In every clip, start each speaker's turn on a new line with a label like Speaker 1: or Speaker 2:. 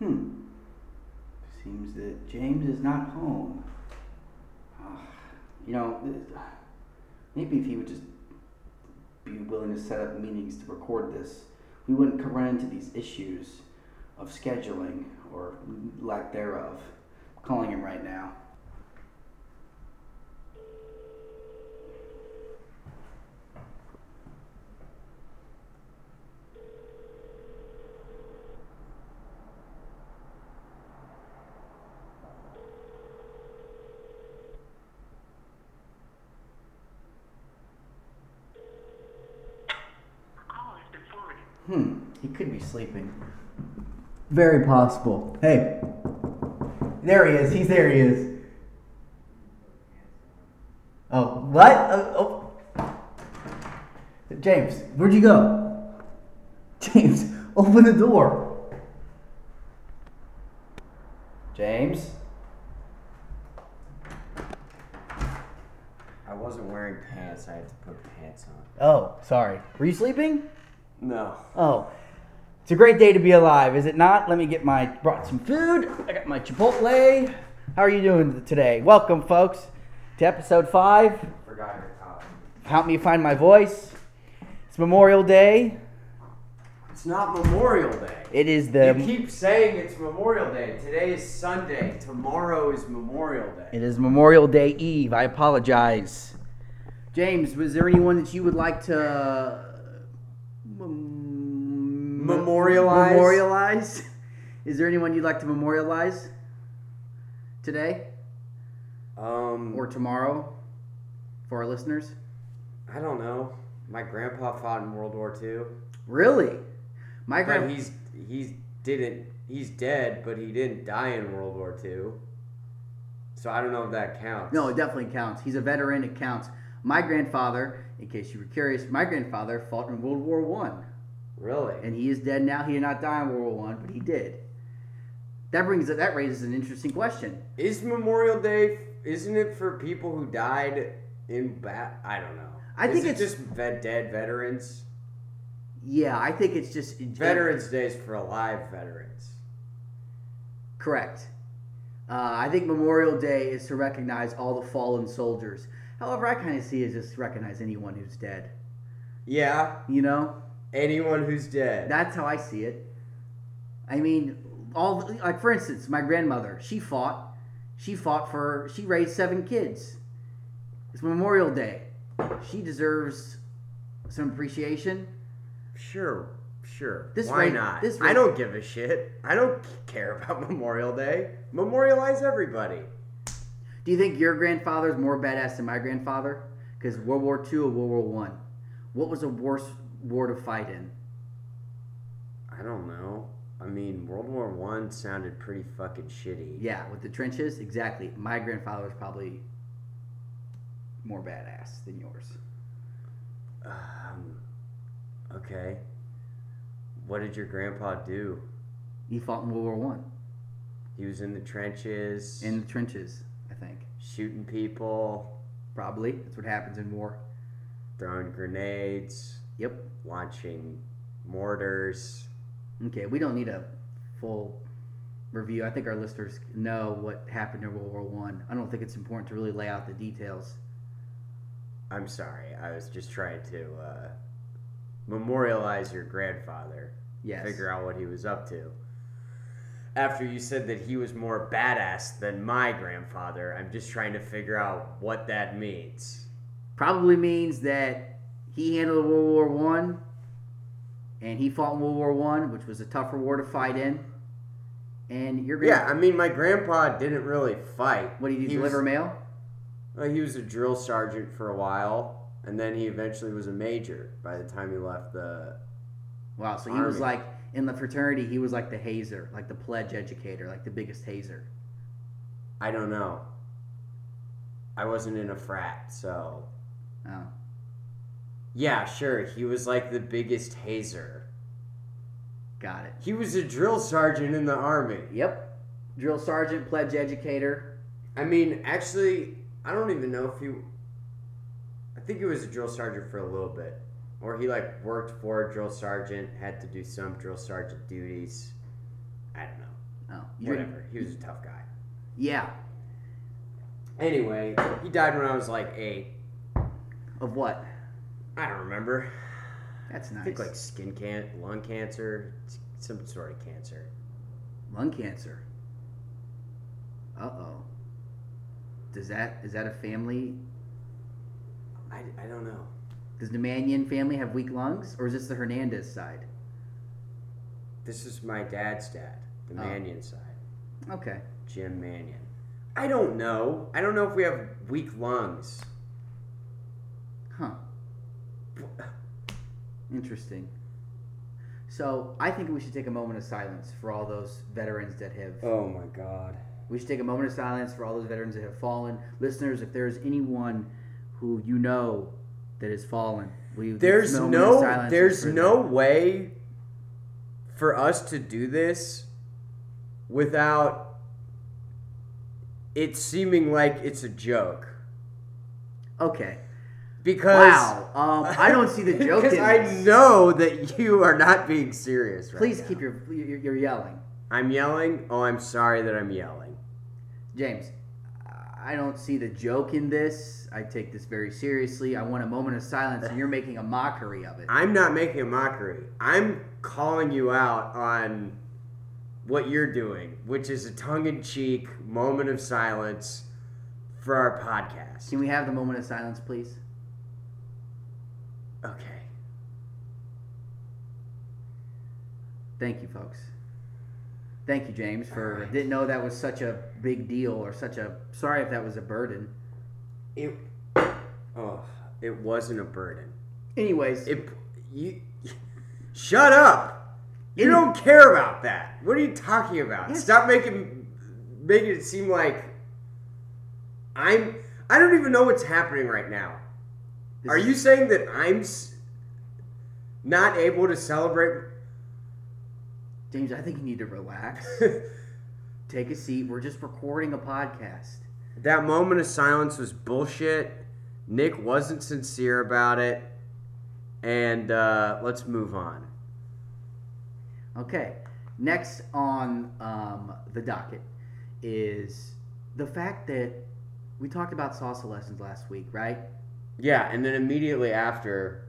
Speaker 1: Hmm. James is not home. Ah, You know, th- maybe if he would just be willing to set up meetings to record this, we wouldn't co- run into these issues of scheduling or lack thereof. calling him right now. Hmm, he could be sleeping.
Speaker 2: Very possible. Hey. There he is. He's there. He is. Oh, what? Oh, oh. James, where'd you go? James, open the door.
Speaker 1: James?
Speaker 3: I wasn't wearing pants. I had to put pants on.
Speaker 2: Oh, sorry. Were you sleeping?
Speaker 3: No.
Speaker 2: Oh,
Speaker 1: It's a great day to be alive, is it not? Let me get my brought some food. I got my Chipotle. How are you doing today? Welcome, folks, to episode five.
Speaker 3: Forgot your cotton.
Speaker 1: Help me find my voice. It's Memorial Day.
Speaker 3: It's not Memorial Day.
Speaker 1: It um, is the
Speaker 3: you keep saying it's Memorial Day. Today is Sunday. Tomorrow is Memorial Day.
Speaker 1: it is Memorial Day Eve. I apologize. James, was there anyone that you would like to mem-
Speaker 3: Memorialize?
Speaker 1: Memorialize? Is there anyone you'd like to memorialize today
Speaker 3: Um,
Speaker 1: or tomorrow for our listeners?
Speaker 3: I don't know. My grandpa fought in World War II,
Speaker 1: Really? My
Speaker 3: but
Speaker 1: grand
Speaker 3: he's he's didn't he's dead, but he didn't die in World War II. So I don't know if that counts.
Speaker 1: No, it definitely counts. He's a veteran, it counts. My grandfather, in case you were curious, my grandfather fought in World War One.
Speaker 3: really.
Speaker 1: And he is dead now. He did not die in World War One, but he did. That brings that raises an interesting question.
Speaker 3: Is Memorial Day? Isn't it for people who died in bat? I don't know.
Speaker 1: I
Speaker 3: Is
Speaker 1: think
Speaker 3: it
Speaker 1: it's-
Speaker 3: just vet- dead veterans.
Speaker 1: Yeah, I think it's just
Speaker 3: Veterans Day is for alive veterans.
Speaker 1: Correct. Uh, I think Memorial Day is to recognize all the fallen soldiers. However, I kind of see it as just recognize anyone who's dead.
Speaker 3: Yeah,
Speaker 1: You know,
Speaker 3: anyone who's dead.
Speaker 1: That's how I see it. I mean, all like for instance, my grandmother, she fought. She fought for. She raised seven kids. It's Memorial Day. She deserves some appreciation.
Speaker 3: sure, sure.
Speaker 1: This
Speaker 3: Why
Speaker 1: rate-
Speaker 3: not?
Speaker 1: this
Speaker 3: I
Speaker 1: rate-
Speaker 3: don't give a shit. I don't care about Memorial Day. Memorialize everybody.
Speaker 1: Do you think your grandfather's more badass than my grandfather? Because World War II or World War One, what was the worst war to fight in?
Speaker 3: I don't know. I mean, World War One sounded pretty fucking shitty.
Speaker 1: Yeah, with the trenches, exactly. My grandfather was probably more badass than yours.
Speaker 3: Um, okay. What did your grandpa do?
Speaker 1: He fought in World War One
Speaker 3: He was in the trenches,
Speaker 1: in the trenches, I think.
Speaker 3: shooting people,
Speaker 1: Probably. That's what happens in war.
Speaker 3: throwing grenades,
Speaker 1: Yep.
Speaker 3: launching mortars.
Speaker 1: Okay, we don't need a full review. I think our listeners know what happened in World War One. I. I don't think it's important to really lay out the details.
Speaker 3: I'm sorry. I was just trying to uh, memorialize your grandfather,
Speaker 1: Yes.
Speaker 3: figure out what he was up to. After you said that he was more badass than my grandfather, I'm just trying to figure out what that means.
Speaker 1: Probably means that he handled World War One, and he fought in World War One, which was a tougher war to fight in. And you're
Speaker 3: Yeah, I mean, my grandpa didn't really fight.
Speaker 1: What do you do?
Speaker 3: He was-
Speaker 1: Deliver mail?
Speaker 3: Well, he was a drill sergeant for a while, and then he eventually was a major by the time he left the.
Speaker 1: Wow. So he was
Speaker 3: Army.
Speaker 1: like in the fraternity. He was like the hazer, like the pledge educator, like the biggest hazer.
Speaker 3: I don't know. I wasn't in a frat, so.
Speaker 1: Oh.
Speaker 3: Yeah, sure. He was like the biggest hazer.
Speaker 1: Got it.
Speaker 3: He was a drill sergeant in the army.
Speaker 1: Yep. Drill sergeant, pledge educator.
Speaker 3: I mean, actually, I don't even know if he. I think he was a drill sergeant for a little bit, or he like worked for a drill sergeant, had to do some drill sergeant duties. I don't know.
Speaker 1: Oh, you-
Speaker 3: Whatever. He was a tough guy. Yeah. Anyway, he died when I was like eight.
Speaker 1: Of what?
Speaker 3: I don't remember.
Speaker 1: That's
Speaker 3: I
Speaker 1: nice.
Speaker 3: think like skin can, lung cancer, s- some sort of cancer.
Speaker 1: lung cancer. Uh oh. Does that is that a family?
Speaker 3: I, I don't know.
Speaker 1: Does the Mannion family have weak lungs, or is this the Hernandez side?
Speaker 3: This is my dad's dad, the
Speaker 1: Oh.
Speaker 3: Mannion side,
Speaker 1: Okay.
Speaker 3: Jim Mannion. I don't know. I don't know if we have weak lungs.
Speaker 1: Huh. Interesting. So I think we should take a moment of silence for all those veterans that have.
Speaker 3: Oh my god.
Speaker 1: We should take a moment of silence for all those veterans that have fallen. Listeners, if there's anyone who you know that has fallen, we
Speaker 3: There's no there's no way for us to do this without it seeming like it's a joke.
Speaker 1: Okay.
Speaker 3: Because
Speaker 1: Wow. Um, I don't see the joke.
Speaker 3: Because
Speaker 1: in
Speaker 3: I
Speaker 1: this.
Speaker 3: know that you are not being serious. Right
Speaker 1: Please
Speaker 3: now.
Speaker 1: keep your, your your yelling,
Speaker 3: I'm yelling. Oh, I'm sorry that I'm yelling.
Speaker 1: James. I don't see the joke in this. I take this very seriously. I want a moment of silence, and you're making a mockery of it.
Speaker 3: I'm not making a mockery. I'm calling you out on what you're doing, which is a tongue-in-cheek moment of silence for our podcast.
Speaker 1: Can we have the moment of silence, please?
Speaker 3: okay.
Speaker 1: Thank you, folks. Thank you, James, for didn't know that was such a big deal or such a. Sorry if that was a burden.
Speaker 3: It. Oh, it wasn't a burden.
Speaker 1: Anyways,
Speaker 3: It. You. Shut up. You don't care about that. What are you talking about?
Speaker 1: Yes.
Speaker 3: Stop making making it seem like I'm. I don't even know what's happening right now.
Speaker 1: this
Speaker 3: Are
Speaker 1: is-
Speaker 3: you saying that I'm s- not able to celebrate?
Speaker 1: James? I think you need to relax. Take a seat. We're just recording a podcast.
Speaker 3: that moment of silence was bullshit. Nick wasn't sincere about it, and uh, let's move on.
Speaker 1: Okay. Next on um, the docket is the fact that we talked about salsa lessons last week, right?
Speaker 3: Yeah, and then immediately after,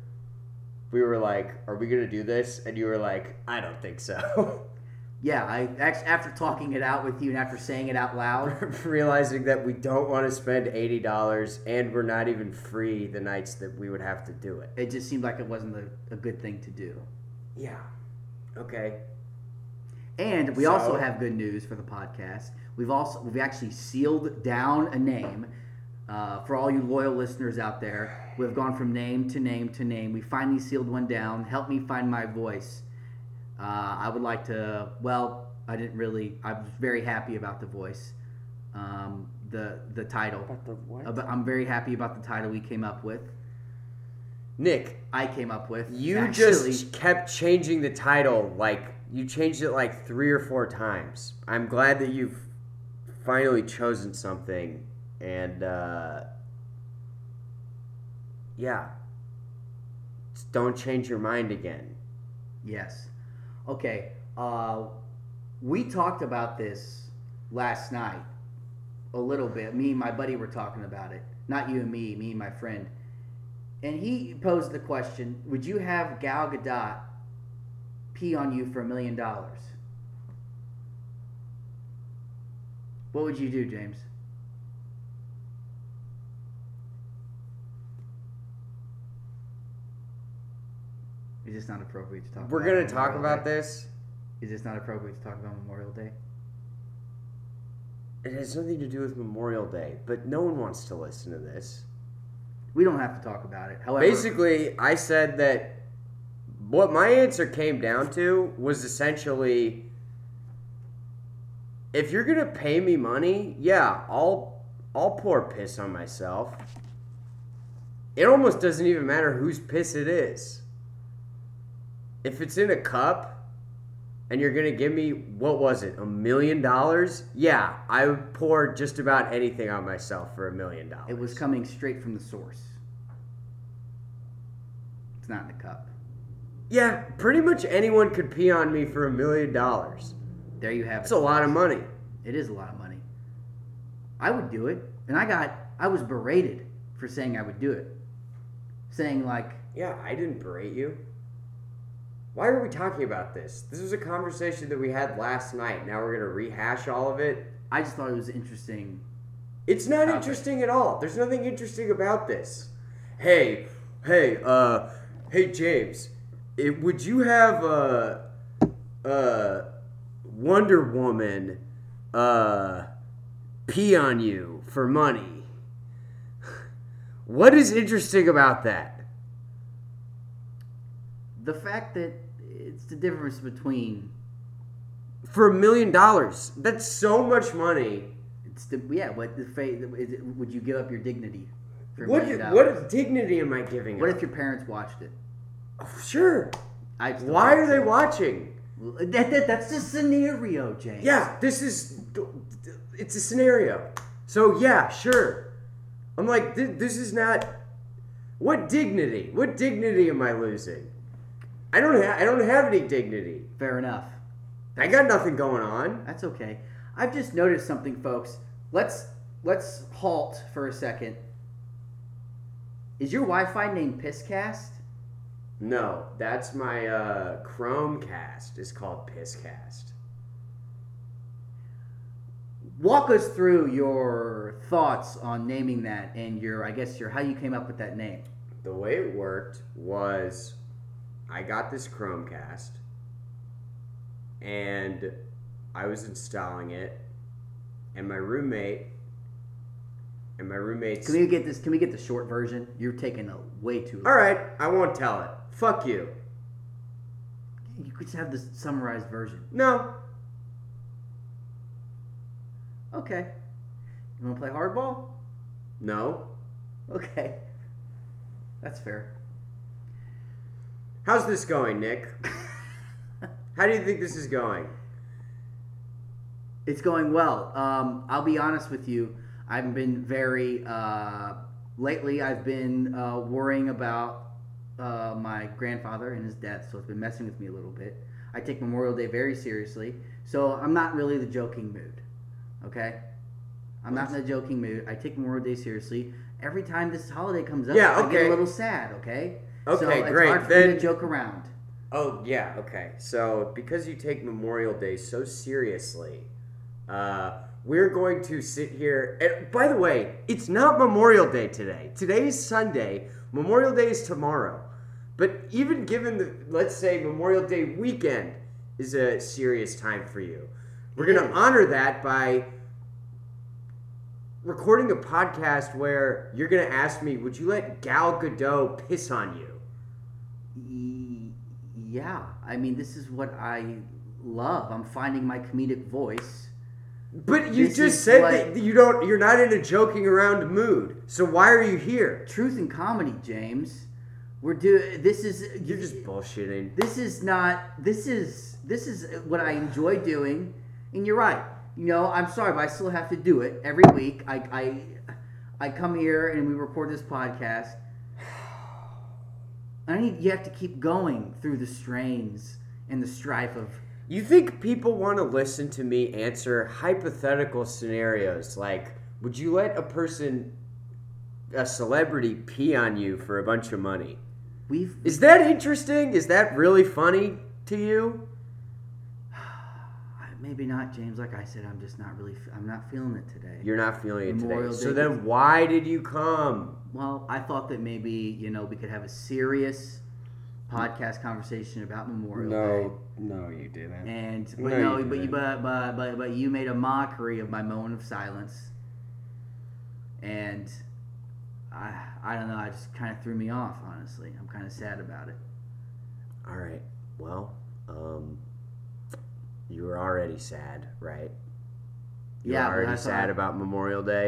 Speaker 3: we were like, "Are we gonna do this?" And you were like, "I don't think so."
Speaker 1: Yeah, I actually after talking it out with you and after saying it out loud,
Speaker 3: Realizing that we don't want to spend eighty dollars, and we're not even free the nights that we would have to do it.
Speaker 1: it just seemed like it wasn't a, a good thing to do.
Speaker 3: Yeah. Okay.
Speaker 1: And we
Speaker 3: So-
Speaker 1: also have good news for the podcast. We've also we've actually sealed down a name uh, for all you loyal listeners out there. We've gone from name to name to name. We finally sealed one down. Help me find my voice. Uh, I would like to. Well, I didn't really. I was very happy about the voice, um, the the title.
Speaker 3: But the what?
Speaker 1: Uh, but I'm very happy about the title we came up with.
Speaker 3: Nick,
Speaker 1: I came up with.
Speaker 3: you
Speaker 1: actually.
Speaker 3: just kept changing the title. Like you changed it like three or four times. I'm glad that you've finally chosen something, and uh, yeah, Just don't change your mind again.
Speaker 1: Yes. Okay. Uh, we talked about this last night a little bit. Me and my buddy were talking about it. Not you and me, me and my friend. And he posed the question Would you have Gal Gadot pee on you for a million dollars? What would you do, James? Is this not appropriate to talk
Speaker 3: We're
Speaker 1: about?
Speaker 3: gonna
Speaker 1: on
Speaker 3: talk
Speaker 1: Memorial
Speaker 3: about
Speaker 1: Day?
Speaker 3: this.
Speaker 1: Is this not appropriate to talk about Memorial Day?
Speaker 3: It has nothing to do with Memorial Day, but no one wants to listen to this.
Speaker 1: We don't have to talk about it. However,
Speaker 3: Basically, I said that what my answer came down to was essentially if you're going to pay me money, yeah, I'll I'll pour piss on myself. It almost doesn't even matter whose piss it is. If it's in a cup and you're going to give me what was it? A million dollars? Yeah, I would pour just about anything on myself for a million dollars.
Speaker 1: it was coming straight from the source. It's not in the cup.
Speaker 3: Yeah, pretty much anyone could pee on me for a million dollars.
Speaker 1: There you have
Speaker 3: That's
Speaker 1: it.
Speaker 3: a lot of money.
Speaker 1: It is a lot of money. I would do it, and I got I was berated for saying I would do it, saying like
Speaker 3: Yeah, I didn't berate you. Why are we talking about this? This was a conversation that we had last night. Now we're gonna rehash all of it.
Speaker 1: I just thought it was interesting.
Speaker 3: It's not
Speaker 1: Topic.
Speaker 3: interesting at all. There's nothing interesting about this. Hey, hey, uh, hey, James, it, would you have uh, uh, Wonder Woman uh, pee on you for money? What is interesting about that?
Speaker 1: The fact that it's the difference between
Speaker 3: For a million dollars, that's so much money.
Speaker 1: it's the yeah what the fate is it, would you give up your dignity? For a
Speaker 3: What
Speaker 1: million dollars?
Speaker 3: what dignity am I giving?
Speaker 1: What
Speaker 3: up?
Speaker 1: if your parents watched it?
Speaker 3: sure?
Speaker 1: I just don't
Speaker 3: Why
Speaker 1: like
Speaker 3: are they
Speaker 1: it.
Speaker 3: watching?
Speaker 1: That, that, that's the scenario, James.
Speaker 3: Yeah, this is it's a scenario. So yeah, sure. I'm like thi- this is not what dignity? What dignity am I losing? I don't ha- I don't have any dignity.
Speaker 1: Fair enough.
Speaker 3: I got nothing going on.
Speaker 1: That's okay. I've just noticed something, folks. Let's let's halt for a second. Is your Wi-Fi named Pisscast?
Speaker 3: No, that's my uh Chromecast. It's called Pisscast.
Speaker 1: Walk us through your thoughts on naming that and your I guess your how you came up with that name.
Speaker 3: the way it worked was I got this Chromecast and I was installing it and my roommate and my roommate's
Speaker 1: Can we get this can we get the short version? You're taking a way too long.
Speaker 3: All right, I won't tell it. Fuck you.
Speaker 1: You could just have the summarized version.
Speaker 3: No.
Speaker 1: Okay. You wanna play hardball?
Speaker 3: No.
Speaker 1: Okay. That's fair.
Speaker 3: How's this going, Nick? How do you think this is going?
Speaker 1: It's going well. Um, I'll be honest with you. I've been very uh, lately. I've been uh, worrying about uh, my grandfather and his death, so it's been messing with me a little bit. I take Memorial Day very seriously, so I'm not really in the joking mood. Okay, I'm not in a joking mood. I take Memorial Day seriously. Every time this holiday comes up,
Speaker 3: Yeah,
Speaker 1: I get
Speaker 3: okay.
Speaker 1: a little sad. Okay. so
Speaker 3: Okay,
Speaker 1: it's
Speaker 3: great.
Speaker 1: Hard for me
Speaker 3: Then-
Speaker 1: to joke around.
Speaker 3: Oh yeah, okay. So because you take Memorial Day so seriously, uh, we're going to sit here. And by the way, it's not Memorial Day today. Today is Sunday. Memorial Day is tomorrow. But even given the let's say Memorial Day weekend is a serious time for you, we're
Speaker 1: It
Speaker 3: going to
Speaker 1: is.
Speaker 3: honor that by recording a podcast where you're going to ask me, "Would you let Gal Gadot piss on you?"
Speaker 1: Y- yeah i mean this is what i love i'm finding my comedic voice
Speaker 3: But you
Speaker 1: This
Speaker 3: just
Speaker 1: is
Speaker 3: said
Speaker 1: like-
Speaker 3: that you don't. You're not in a joking around mood. So why are you here?
Speaker 1: truth and comedy james we're doing this is
Speaker 3: You're just bullshitting.
Speaker 1: this is not this is this is what i enjoy doing and you're right you know i'm sorry but i still have to do it every week i i i come here and we record this podcast i need you have to keep going through the strains and the strife of
Speaker 3: You think people want to listen to me answer hypothetical scenarios like, would you let a person, a celebrity, pee on you for a bunch of money?
Speaker 1: we've
Speaker 3: Is that interesting? Is that really funny to you?
Speaker 1: I- Maybe not, James. Like I said, I'm just not really. I'm not feeling it today.
Speaker 3: You're not feeling it today.
Speaker 1: Memorial Day
Speaker 3: So then why did you come?
Speaker 1: well, I thought that maybe you know we could have a serious podcast conversation about Memorial Day.
Speaker 3: no, you didn't.
Speaker 1: And but
Speaker 3: No,
Speaker 1: no,
Speaker 3: you
Speaker 1: but, you,
Speaker 3: didn't.
Speaker 1: but but but but you made a mockery of my moment of silence. And I I don't know. I just kind of threw me off. Honestly, I'm kind of sad about it.
Speaker 3: All right. Well, um, you were already sad, right?
Speaker 1: Yeah, but
Speaker 3: You were already
Speaker 1: that's all
Speaker 3: sad
Speaker 1: right.
Speaker 3: about Memorial Day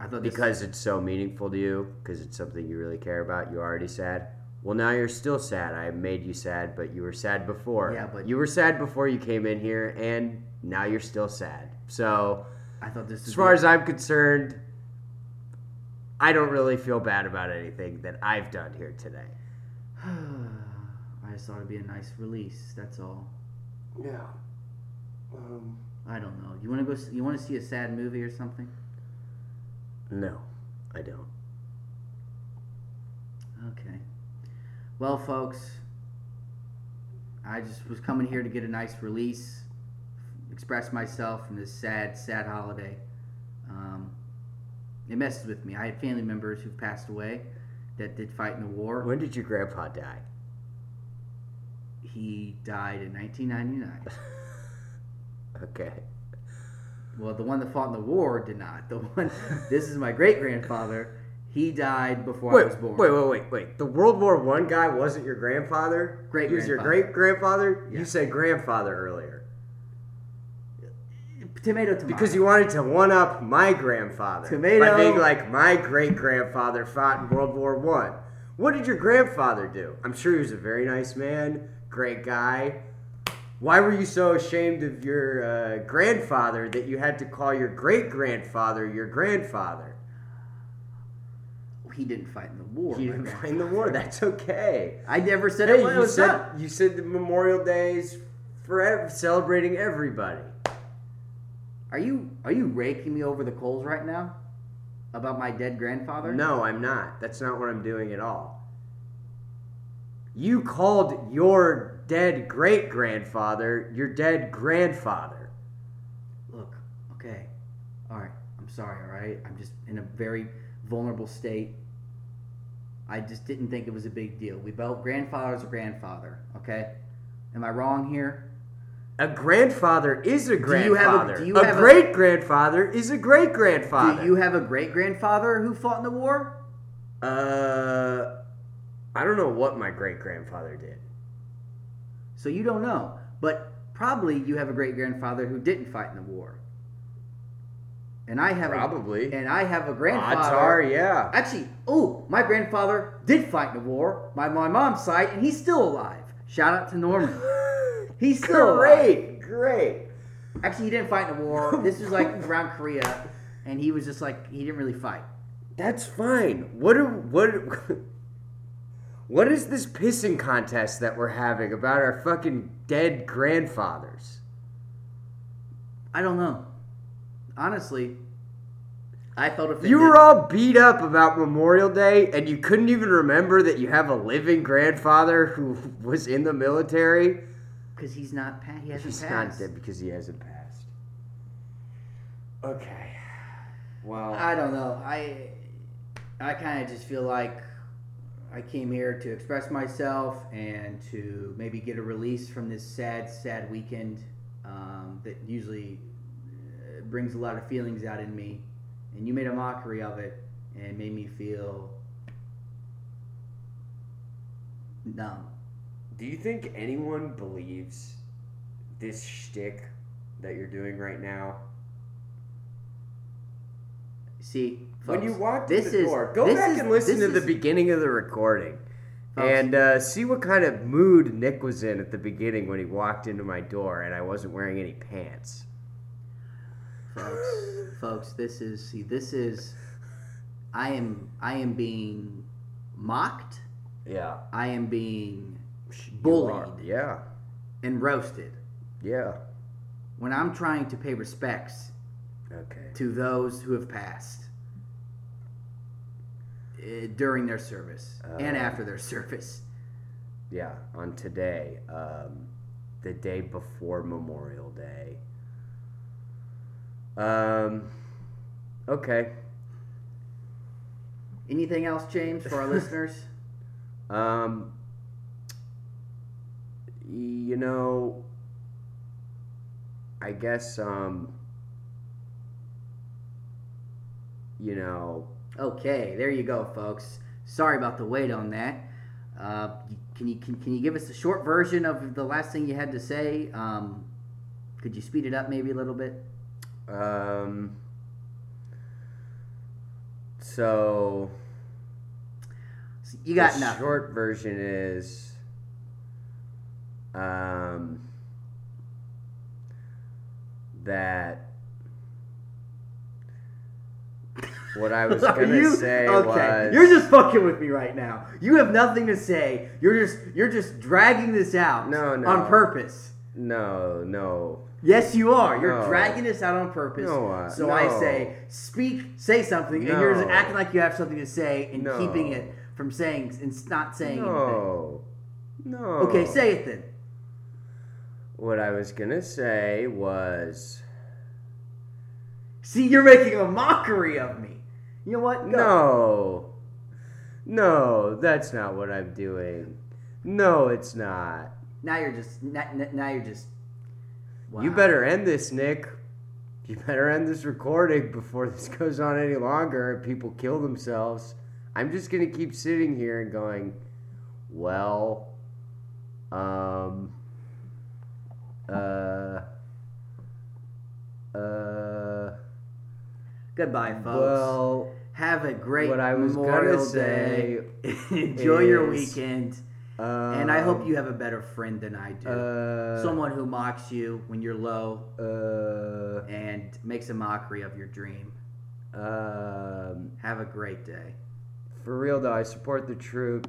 Speaker 1: I thought this-
Speaker 3: because it's so meaningful to you, because it's something you really care about. You're already sad. Well, now you're still sad. I made you sad, but you were sad before.
Speaker 1: Yeah, but-
Speaker 3: you were sad before you came in here, and now you're still sad. So,
Speaker 1: I thought this.
Speaker 3: as
Speaker 1: would
Speaker 3: far
Speaker 1: be-
Speaker 3: as I'm concerned, I don't really feel bad about anything that I've done here today.
Speaker 1: I just thought it'd be a nice release. That's all.
Speaker 3: Yeah. Um.
Speaker 1: I don't know. You want to go? s- You want to see a sad movie or something?
Speaker 3: No, I don't.
Speaker 1: Okay. Well, folks, I just was coming here to get a nice release, express myself from this sad, sad holiday. Um, it messes with me. I had family members who've passed away that did fight in the war.
Speaker 3: When did your grandpa die?
Speaker 1: He died in 1999.
Speaker 3: Okay.
Speaker 1: Well, the one that fought in the war did not. The one, this is my great grandfather. He died before I was
Speaker 3: Wait,
Speaker 1: born.
Speaker 3: wait, wait, wait, wait. The World War One guy wasn't your grandfather.
Speaker 1: Great
Speaker 3: He was your
Speaker 1: grandfather.
Speaker 3: great grandfather.
Speaker 1: Yeah.
Speaker 3: You said grandfather earlier
Speaker 1: Tomato, tomato.
Speaker 3: because you wanted to one up my grandfather.
Speaker 1: Tomato.
Speaker 3: By being like my great grandfather fought in World War One. What did your grandfather do? I'm sure he was a very nice man, great guy. Why were you so ashamed of your uh, grandfather that you had to call your great grandfather your grandfather?
Speaker 1: he didn't fight in the war.
Speaker 3: He
Speaker 1: my
Speaker 3: didn't
Speaker 1: grandfather.
Speaker 3: find the war. That's okay.
Speaker 1: I never said
Speaker 3: Hey,
Speaker 1: it was.
Speaker 3: you said
Speaker 1: not.
Speaker 3: you said the Memorial Days for ev- celebrating everybody.
Speaker 1: Are you are you raking me over the coals right now about my dead grandfather?
Speaker 3: No, I'm not. That's not what I'm doing at all. You called your dead great grandfather your dead grandfather.
Speaker 1: Look, okay, all right. I'm sorry. All right. I'm just in a very vulnerable state. I just didn't think it was a big deal. We both grandfather's a grandfather. Okay. Am I wrong here?
Speaker 3: A grandfather is
Speaker 1: have
Speaker 3: a
Speaker 1: a- do
Speaker 3: grandfather.
Speaker 1: you
Speaker 3: a
Speaker 1: have a-
Speaker 3: great grandfather is a great grandfather.
Speaker 1: Do you have a great grandfather who fought in the war?
Speaker 3: uh, I don't know what my great grandfather did.
Speaker 1: So you don't know, but probably you have a great grandfather who didn't fight in the war. And I have
Speaker 3: Probably.
Speaker 1: a, and I have a grandfather.
Speaker 3: Odds are, yeah.
Speaker 1: Actually, oh, my grandfather did fight in the war by my mom's side, and he's still alive. Shout out to Norman. He's still alive.
Speaker 3: Great, great.
Speaker 1: Actually, he didn't fight in the war. This was like around Korea, and he was just like he didn't really fight.
Speaker 3: That's fine. What do what? What is this pissing contest that we're having about our fucking dead grandfathers?
Speaker 1: I don't know. Honestly, I felt offended.
Speaker 3: You were all beat up about Memorial Day, and you couldn't even remember that you have a living grandfather who was in the military.
Speaker 1: because he's not. Pa- he hasn't
Speaker 3: He's not
Speaker 1: passed.
Speaker 3: dead because he hasn't passed. Okay. Uh, Well,
Speaker 1: I don't know. I I kind of just feel like I came here to express myself and to maybe get a release from this sad, sad weekend um, that usually uh, brings a lot of feelings out in me. And you made a mockery of it and made me feel numb.
Speaker 3: Do you think anyone believes this shtick that you're doing right now?
Speaker 1: See, folks,
Speaker 3: when you walk
Speaker 1: this
Speaker 3: this the
Speaker 1: is-
Speaker 3: door, go
Speaker 1: this
Speaker 3: back
Speaker 1: is-
Speaker 3: and listen
Speaker 1: this
Speaker 3: to the
Speaker 1: is-
Speaker 3: beginning of the recording
Speaker 1: Folks.
Speaker 3: and uh, see what kind of mood Nick was in at the beginning when he walked into my door and I wasn't wearing any pants.
Speaker 1: folks folks this is see this is i am i am being mocked
Speaker 3: Yeah.
Speaker 1: i am being
Speaker 3: You are.
Speaker 1: bullied
Speaker 3: Yeah.
Speaker 1: and roasted
Speaker 3: Yeah.
Speaker 1: when i'm trying to pay respects
Speaker 3: Okay.
Speaker 1: to those who have passed eh, during their service and
Speaker 3: Uh,
Speaker 1: after their service
Speaker 3: Yeah. On today, um, the day before Memorial Day. Um. Okay.
Speaker 1: anything else james for our listeners
Speaker 3: Um, you know, I guess, um, you know,
Speaker 1: Okay, there you go, folks. Sorry about the wait on that. Uh, can you can, can you give us a short version of the last thing you had to say? Um, could you speed it up maybe a little bit?
Speaker 3: um, so
Speaker 1: S- You got
Speaker 3: the
Speaker 1: nothing.
Speaker 3: short version is, um, that what I was
Speaker 1: Are
Speaker 3: gonna
Speaker 1: you-
Speaker 3: say
Speaker 1: okay,
Speaker 3: was
Speaker 1: you're just fucking with me right now. You have nothing to say. You're just you're just dragging this out
Speaker 3: No, no.
Speaker 1: on purpose.
Speaker 3: No, no.
Speaker 1: Yes, you are. You're
Speaker 3: No.
Speaker 1: dragging us out on purpose.
Speaker 3: No, I-
Speaker 1: so I
Speaker 3: no.
Speaker 1: say, speak, say something, and you're just
Speaker 3: No.
Speaker 1: acting like you have something to say and
Speaker 3: No.
Speaker 1: keeping it from saying and s- not saying anything.
Speaker 3: No. No.
Speaker 1: Okay, say it then.
Speaker 3: What I was gonna say was
Speaker 1: See, you're making a mockery of me. You know what? Go.
Speaker 3: no, no, that's not what I'm doing. No, it's not.
Speaker 1: Now you're just. Now, now you're just.
Speaker 3: You
Speaker 1: Wow.
Speaker 3: better end this, Nick. You better end this recording before this goes on any longer and people kill themselves. I'm just gonna keep sitting here and going, well, um, uh, uh,
Speaker 1: Goodbye, folks.
Speaker 3: well,
Speaker 1: Have a great
Speaker 3: what I was
Speaker 1: Memorial
Speaker 3: gonna say
Speaker 1: Day. Enjoy your
Speaker 3: is,
Speaker 1: weekend,
Speaker 3: um,
Speaker 1: and I hope you have a better friend than I do.
Speaker 3: uh,
Speaker 1: Someone who mocks you when you're low
Speaker 3: uh,
Speaker 1: and makes a mockery of your dream.
Speaker 3: um,
Speaker 1: Have a great day.
Speaker 3: for real though, I support the troops.